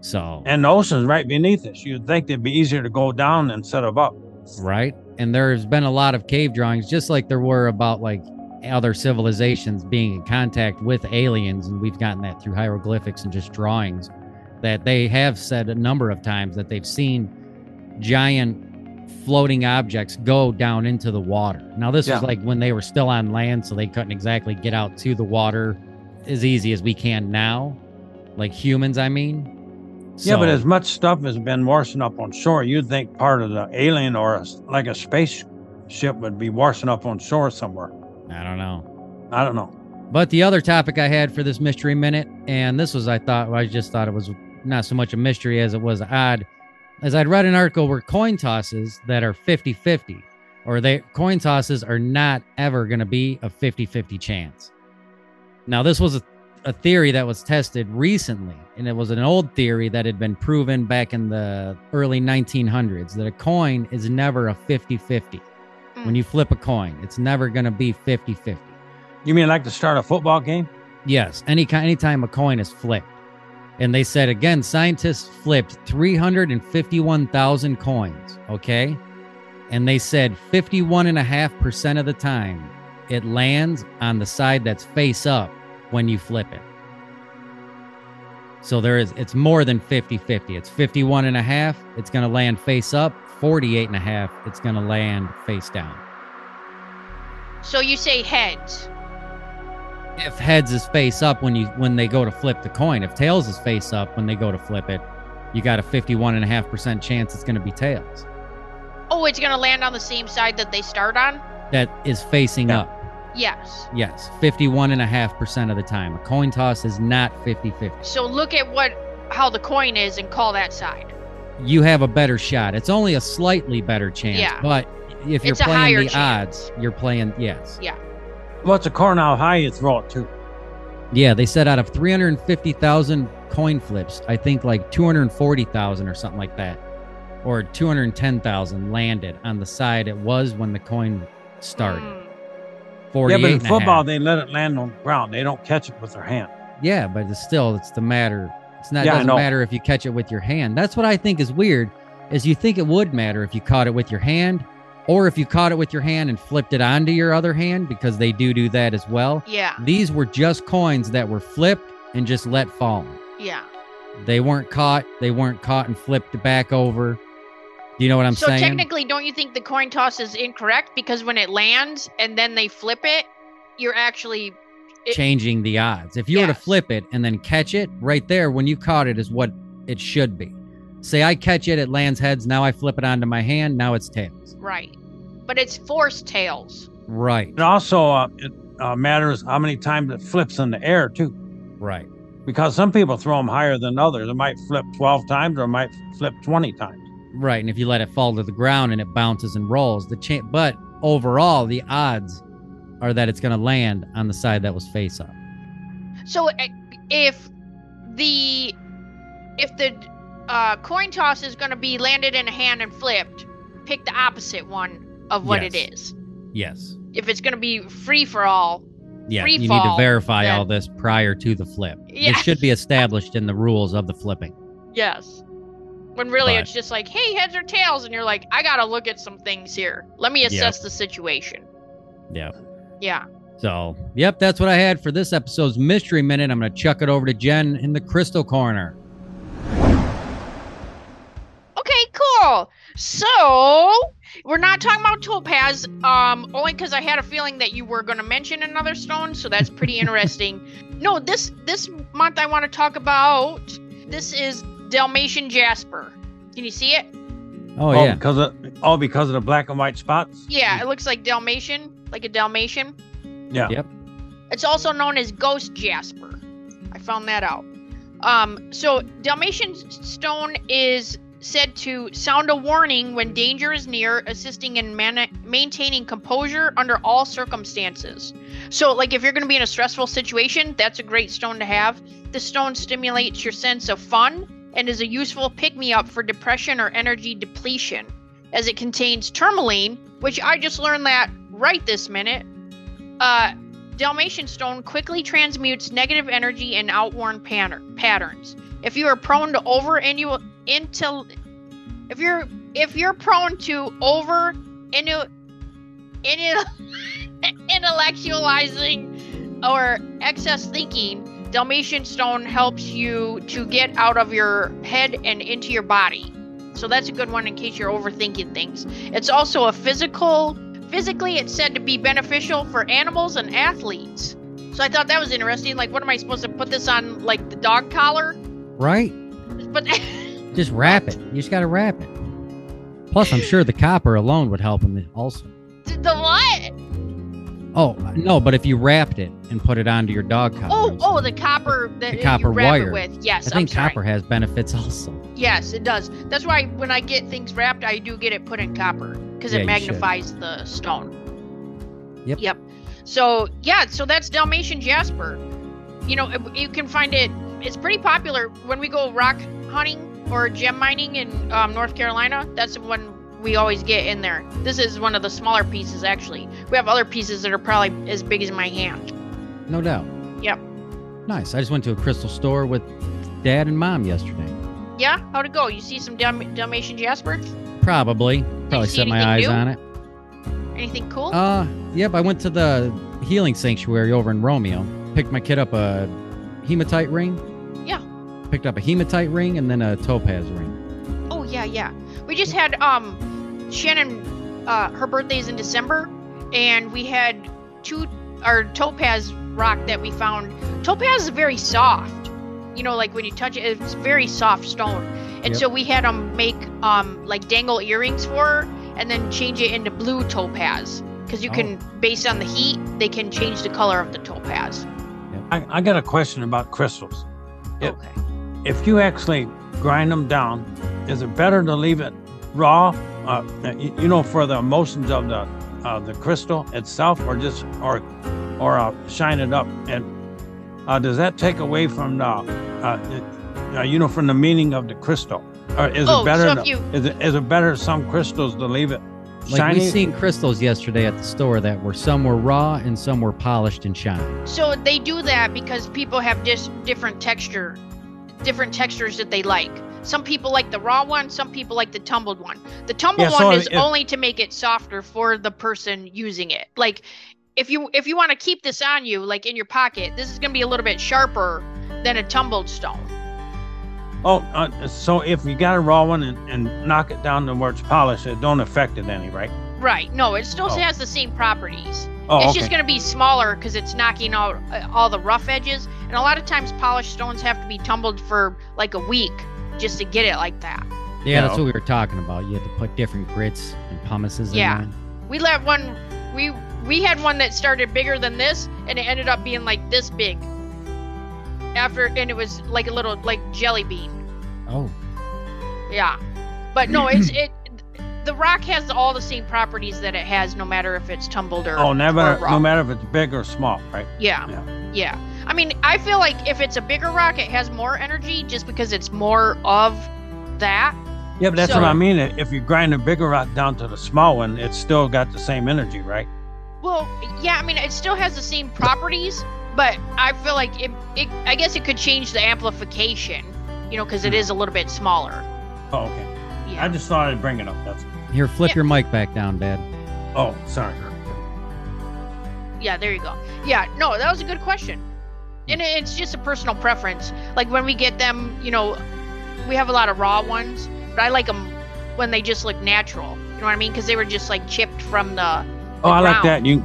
So,
And the ocean's right beneath us. You'd think it'd be easier to go down instead of up.
right? And there's been a lot of cave drawings, just like there were about like other civilizations being in contact with aliens, and we've gotten that through hieroglyphics and just drawings. That they have said a number of times that they've seen giant floating objects go down into the water. Now, this
Yeah.
was like when they were still on land, so they couldn't exactly get out to the water as easy as we can now, like humans, I mean.
yeah, but
So-
as much stuff has been washing up on shore, you'd think part of the alien or a s like a spaceship would be washing up on shore somewhere.
I don't know.
I don't know.
But the other topic I had for this mystery minute, and this was I thought I just thought it was not so much a mystery as it was odd, as I'd read an article where coin tosses that are 50-50, or they coin tosses are not ever gonna be a 50-50 chance. Now this was a, a theory that was tested recently, and it was an old theory that had been proven back in the early 1900s that a coin is never a 50-50. When
Mm.
you flip a coin, it's never gonna be 50-50.
You mean like to start a football game?
Yes, any ki- anytime a coin is flipped. And they said again, scientists flipped 351,000 coins, okay? And they said 51.5% of the time it lands on the side that's face up when you flip it. So there is, it's more than 50 50. It's 51 and a half, it's going to land face up. 48 and a half, it's going to land face down.
So you say heads.
if heads is face up when you when they go to flip the coin if tails is face up when they go to flip it you got a 51.5% chance it's going to be tails
Oh, it's gonna land on the same side that they start on.
that is facing
Yeah.
up
Yes.
yes 51.5% of the time a coin toss is not 50-50
So look at what how the coin is and call that side.
you have a better shot it's only a slightly better chance
Yeah.
but if you're
It's a
playing
higher
the
chance.
odds you're playing yes
What's a corn how high you throw it to?
yeah they said out of 350000 coin flips i think like 240000 or something like that or 210,000 landed on the side it was when the coin started.
Mm.
48
Yeah, but in
and a half.
football they let it land on the ground. They don't catch it with their hand.
Yeah, but it's still it's the matter. It's not it
Yeah, I
doesn't
know.
matter if you catch it with your hand. That's what I think is weird is you think it would matter if you caught it with your hand or if you caught it with your hand and flipped it onto your other hand because they do do that as well.
Yeah.
These were just coins that were flipped and just let fall.
Yeah.
They weren't caught, they weren't caught and flipped back over. Do you know what I'm
so
saying?
technically, don't you think the coin toss is incorrect because when it lands and then they flip it, you're actually it-
changing the odds. If you were to
Yes.
flip it and then catch it right there when you caught it is what it should be. Say I catch it, it lands heads. Now I flip it onto my hand. Now it's tails.
right, but it's forced tails.
Right,
It also uh, it uh, matters how many times it flips in the air too,
right.
because some people throw them higher than others. It might flip 12 times or it might flip 20 times.
Right. And if you let it fall to the ground and it bounces and rolls, the cha- but overall the odds are that it's going to land on the side that was face up.
So i- if the if the uh, coin toss is going to be landed in a hand and flipped, pick the opposite one of what it is.
Yes.
If it's going to be free for all,
Yeah,
Free
you need to
fall,
verify
then-
all this prior to the flip.
Yeah.
This should be established in the rules of the flipping.
yes. When really
But-
it's just like, hey, heads or tails, and you're like, I gotta look at some things here. Let me
Yep.
assess the situation.
Yeah.
Yeah.
So, yep, that's what I had for this episode's Mystery Minute. I'm going to chuck it over to Jen in the Crystal Corner.
Okay, cool. So we're not talking about topaz, um, only because I had a feeling that you were going to mention another stone, so that's pretty interesting. No, this this month I want to talk about. This is Dalmatian jasper. Can you see it?
Oh,
all
yeah.
because of all because of the black and white spots.
Yeah, it looks like Dalmatian, like a Dalmatian.
Yeah.
Yep.
It's also known as ghost jasper. I found that out. Um, so Dalmatian s- stone is said to sound a warning when danger is near, assisting in man- maintaining composure under all circumstances. So, like if you're going to be in a stressful situation, that's a great stone to have. The stone stimulates your sense of fun and is a useful pick me up for depression or energy depletion, as it contains tourmaline, which I just learned that right this minute. Uh, Dalmatian stone quickly transmutes negative energy in outworn panner- patterns. If you are prone to over annual intel, if you're if you're prone to over innu, innu, intellectualizing or excess thinking, Dalmatian stone helps you to get out of your head and into your body. So that's a good one in case you're overthinking things. It's also a physical Physically, it's said to be beneficial for animals and athletes. So I thought that was interesting. Like, what am I supposed to put this on, like the dog collar?
Right?
But
Just wrap it. You just got to wrap it. Plus, I'm sure the copper alone would help him also.
the what?
Oh, no, but if you wrapped it and put it onto your dog collar.
Oh, oh, the copper that
The
you
copper
wrap
wire.
it with. Yes,
I
am
think
sorry.
copper has benefits also.
Yes, it does. That's why when I get things wrapped, I do get it put in copper because
Yeah,
it
you should.
magnifies the stone.
Yep.
Yep. So yeah, so that's Dalmatian jasper. You know, it- you can find it. It's pretty popular when we go rock hunting or gem mining in um, North Carolina. That's the one we always get in there. This is one of the smaller pieces, actually. We have other pieces that are probably as big as my hand.
No doubt.
Yep.
Nice. I just went to a crystal store with dad and mom yesterday.
Yeah, how'd it go? You see some Dalm- Dalmatian jasper?
Probably. Probably
see
set my eyes
anything new?
on it.
Anything cool?
Uh, yep. I went to the healing sanctuary over in Romeo. Picked my kid up a hematite ring.
Yeah.
Picked up a hematite ring and then a topaz ring.
Oh yeah, yeah. We just had um Shannon uh her birthday's in December and we had two our topaz rock that we found. Topaz is very soft. You know, like when you touch it, it's very soft stone. And
Yep.
so we had them make um like dangle earrings for her and then change it into blue topaz because you
Oh.
can based on the heat they can change the color of the topaz.
I, I got a question about crystals. Yep.
Okay.
If you actually grind them down, is it better to leave it raw? Uh, you, you know, for the emotions of the uh, the crystal itself, or just or or uh, shine it up? And uh, does that take away from the uh, uh, you know from the meaning of the crystal? Or is
Oh,
it better?
so
to-
if you
Is it, is it better some crystals to leave it
Like
shiny?
we seen crystals yesterday at the store that were some were raw and some were polished and shiny.
So they do that because people have just different texture, different textures that they like. Some people like the raw one, some people like the tumbled one. The tumbled
Yeah,
one
so
is
if-
only to make it softer for the person using it. Like if you if you want to keep this on you like in your pocket, this is going to be a little bit sharper than a tumbled stone.
oh, uh, so if you got a raw one and, and knock it down to where it's polished, it don't affect it any, right?
Right. No, it still
Oh.
has the same properties.
Oh,
it's
okay.
just going to be smaller because it's knocking out uh, all the rough edges. And a lot of times, polished stones have to be tumbled for like a week just to get it like that.
Yeah, that's what we were talking about. You had to put different grits and pumices
Yeah.
in there.
We let one, we we had one that started bigger than this, and it ended up being like this big. After, and it was like a little like jelly bean.
Oh.
Yeah, but no, it's it. The rock has all the same properties that it has, no matter if it's tumbled or
Oh, never,
or
no
rock.
matter if it's big or small, right?
Yeah. yeah. I mean, I feel like if it's a bigger rock, it has more energy just because it's more of that.
Yeah, but that's
So-
what I mean. If you grind a bigger rock down to the small one, it's still got the same energy, right?
Well, yeah, I mean, it still has the same properties, but I feel like it, it I guess it could change the amplification, you know, because it is a little bit smaller.
Oh, okay. I
Yeah.
just thought I'd bring it up. That's.
Here, flip
Yeah.
your mic back down, Dad.
Oh, sorry.
Yeah, there you go. Yeah, no, that was a good question. And it- it's just a personal preference. Like when we get them, you know, we have a lot of raw ones, but I like them when they just look natural. You know what I mean? Because they were just like chipped from the.
Oh, I like
ground.
that. You,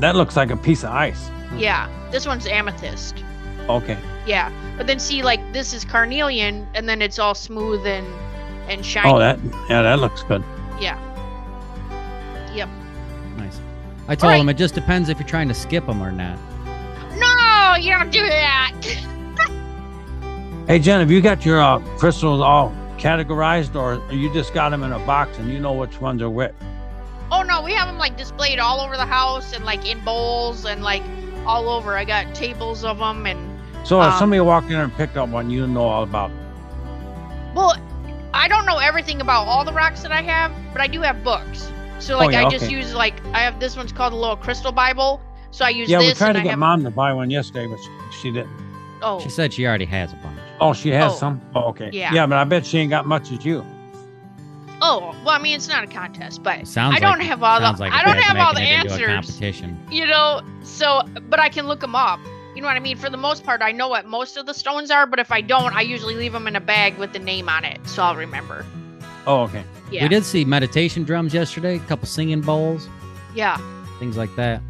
that looks like a piece of ice.
Yeah, this one's amethyst.
Okay.
Yeah, but then see, like this is carnelian, and then it's all smooth and and shiny.
Oh, that yeah, that looks good.
Nice. I told
right.
him it just depends if you're trying to skip them or not.
No, you don't do that.
Hey Jen, have you got your uh, crystals all categorized, or you just got them in a box and you know which ones are which?
Oh no, we have them like displayed all over the house and like in bowls and like all over. I got tables of them and
So
Um,
if somebody walked in and picked up one, you know all about. it.
well, I don't know everything about all the rocks that I have, but I do have books. So
Oh,
like
yeah,
I just
okay.
use like I have this one's called the Little Crystal Bible. So I use
Yeah, we
this
tried
and
to
I
get
have
mom to buy one yesterday, but she, she didn't.
oh
She said she already has a bunch.
Oh, she has
Oh,
some. Oh, okay.
yeah.
Yeah, but I bet she ain't got much as you.
oh well I mean it's not a contest, but
It sounds
I don't
like,
have all the
sounds like
I don't
dad's
have all the
making it into a
answers.
competition.
you know so but i can look them up you know what i mean for the most part i know what most of the stones are but if i don't i usually leave them in a bag with the name on it so i'll remember
Oh, okay.
yeah
We did see meditation drums yesterday, a couple singing bowls,
yeah
things like that.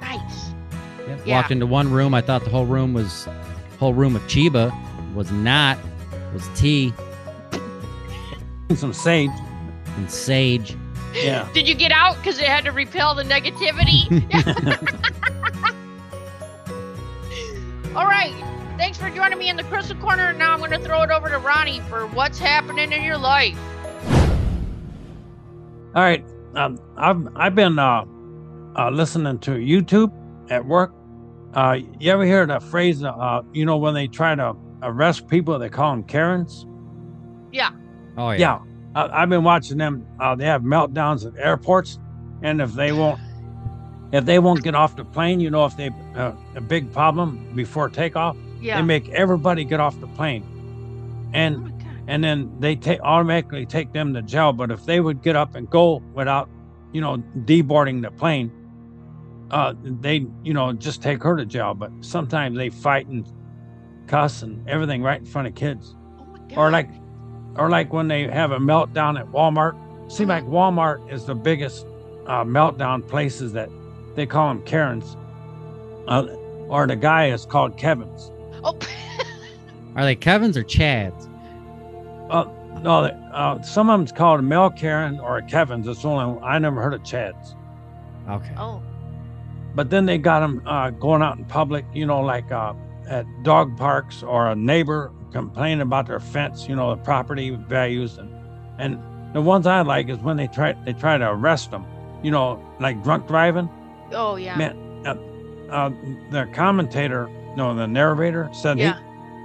nice
Yep.
Yeah.
Walked into one room, I thought the whole room was whole room of Chiba. Was not. Was tea
And some sage.
and sage.
Yeah.
did you get out because it had to repel the negativity all right thanks for joining me in the crystal corner now i'm going to throw it over to ronnie for what's happening in your life
All right. Um, I've I've been uh, uh, listening to YouTube at work. Uh, you ever hear the phrase? Uh, you know when they try to arrest people, they call them Karens.
Oh yeah.
Yeah, I, I've been watching them. Uh, they have meltdowns at airports, and if they won't, if they won't get off the plane, you know, if they uh, a big problem before takeoff,
yeah
they make everybody get off the plane,
Oh
and
my God.
and then they take automatically take them to jail. But if they would get up and go without, you know, deboarding the plane, uh, they you know just take her to jail. But sometimes they fight and cuss and everything right in front of kids
Oh my God.
or like or like when they have a meltdown at Walmart. Seems like Walmart is the biggest uh, meltdown places that they call them Karens, uh, or the guy is called Kevin's.
oh
Are they Kevin's or Chad's?
No, they- uh, some of them's called a Mel Karen or a Kevin's. It's the only I never heard of Chad's.
Okay.
oh
But then they got them uh, going out in public, you know, like uh, at dog parks or a neighbor complaining about their fence, you know, the property values, and and the ones I like is when they try they try to arrest them, you know, like drunk driving.
oh yeah
Man, Uh, the commentator, no, the narrator said
yeah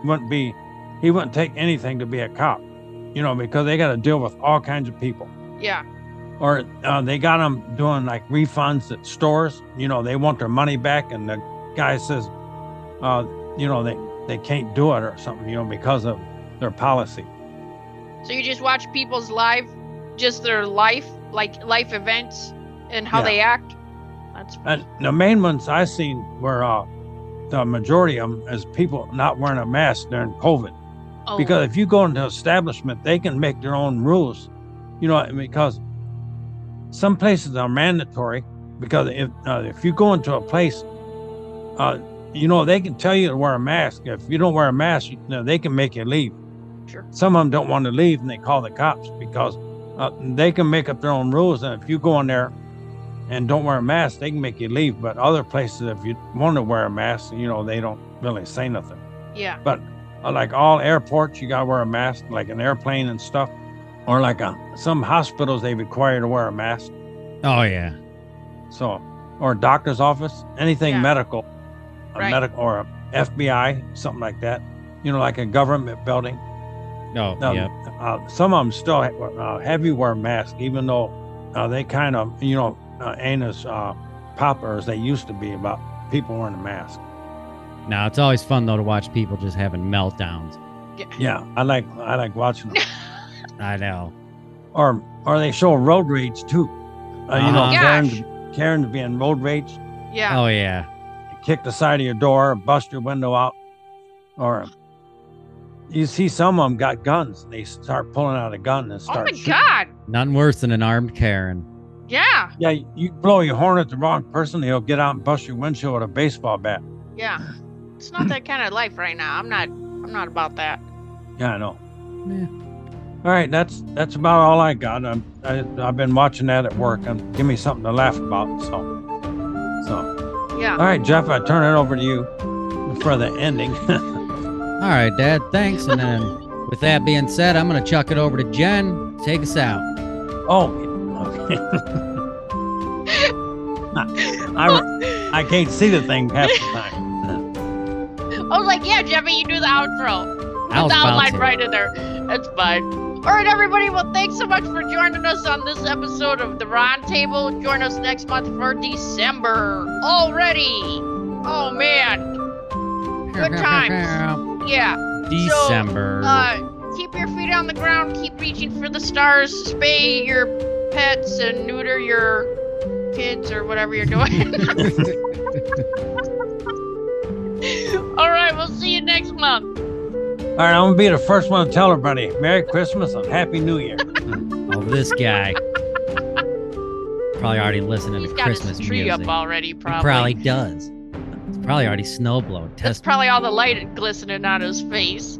he wouldn't be, he wouldn't take anything to be a cop, you know, because they got to deal with all kinds of people
yeah
or uh, they got them doing like refunds at stores. You know, they want their money back, and the guy says, uh, you know, they they can't do it or something. You know, because of their policy.
So you just watch people's live, just their life, like life events and how
Yeah. Uh,
they act. That's
And the main ones I seen were uh, the majority of them is people not wearing a mask during COVID.
oh,
Because if you go into establishment, they can make their own rules. You know, and because some places are mandatory. Because if uh, if you go into a place, uh, you know they can tell you to wear a mask. If you don't wear a mask, you know, they can make you leave.
Sure.
Some of them don't want to leave, and they call the cops because uh, they can make up their own rules. And if you go in there and don't wear a mask, they can make you leave. But other places, if you want to wear a mask, you know they don't really say nothing
yeah,
uh, like all airports, you gotta wear a mask, like an airplane and stuff, or like a, some hospitals they require you to wear a mask.
Oh yeah.
So, or a doctor's office, anything
Yeah.
medical, a
Right.
medical or a FBI, something like that. You know, like a government building.
Oh
Um,
yeah.
uh, some of them still ha- uh, have you wear masks, even though uh, they kind of, you know, uh, ain't as uh, popular as they used to be about people wearing a mask.
Now it's always fun though to watch people just having meltdowns.
Yeah, I like I like watching them.
I know.
or or they show road rage too. Uh, you know,
Uh-huh.
Gosh.
Karen's, Karen's being road rage,
yeah.
Oh yeah.
kick the side of your door, bust your window out, or you see some of them got guns and they start pulling out a gun and
Oh,
start.
my
shooting.
god.
Nothing worse than an armed Karen.
Yeah,
Yeah, you blow your horn at the wrong person, he'll get out and bust your windshield with a baseball bat.
yeah. It's not that kind of life right now. I'm not. I'm not about that.
Yeah, I know.
Yeah.
All right, that's that's about all I got. I'm, I, I've been watching that at work. and give me something to laugh about. So, so
Yeah.
all right, Jeff, I turn it over to you for the ending.
All right, Dad. Thanks. And then, with that being said, I'm gonna chuck it over to Jen. Take us out.
oh, okay. I, I can't see the thing half the time.
I was Oh, like, yeah, Jeffy, you do the outro.
I was
the outline
bouncing.
right in there. That's fine. All right, everybody. Well, thanks so much for joining us on this episode of the Round Table. Join us next month for December already. Oh man, Good times. yeah.
December.
Uh, keep your feet on the ground. Keep reaching for the stars. Spay your pets and neuter your kids or whatever you're doing. All right, we'll see you next month.
All right, I'm gonna be the first one to tell everybody Merry Christmas and Happy New Year.
oh, this guy. Probably already listening
He's
to
got
Christmas
his tree
music.
up already,
He
probably.
probably does. It's probably already snowblowing.
That's
Test.
probably all the light glistening on his face.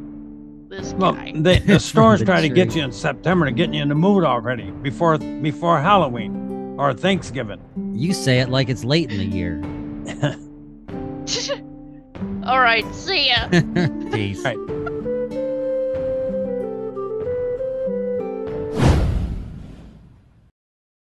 This
Well,
guy.
the, the stores
The
try to get
tree.
you in September to get you in the mood already before before Halloween or Thanksgiving.
You say it like it's late in the year.
all right, see ya.
Peace.
Right.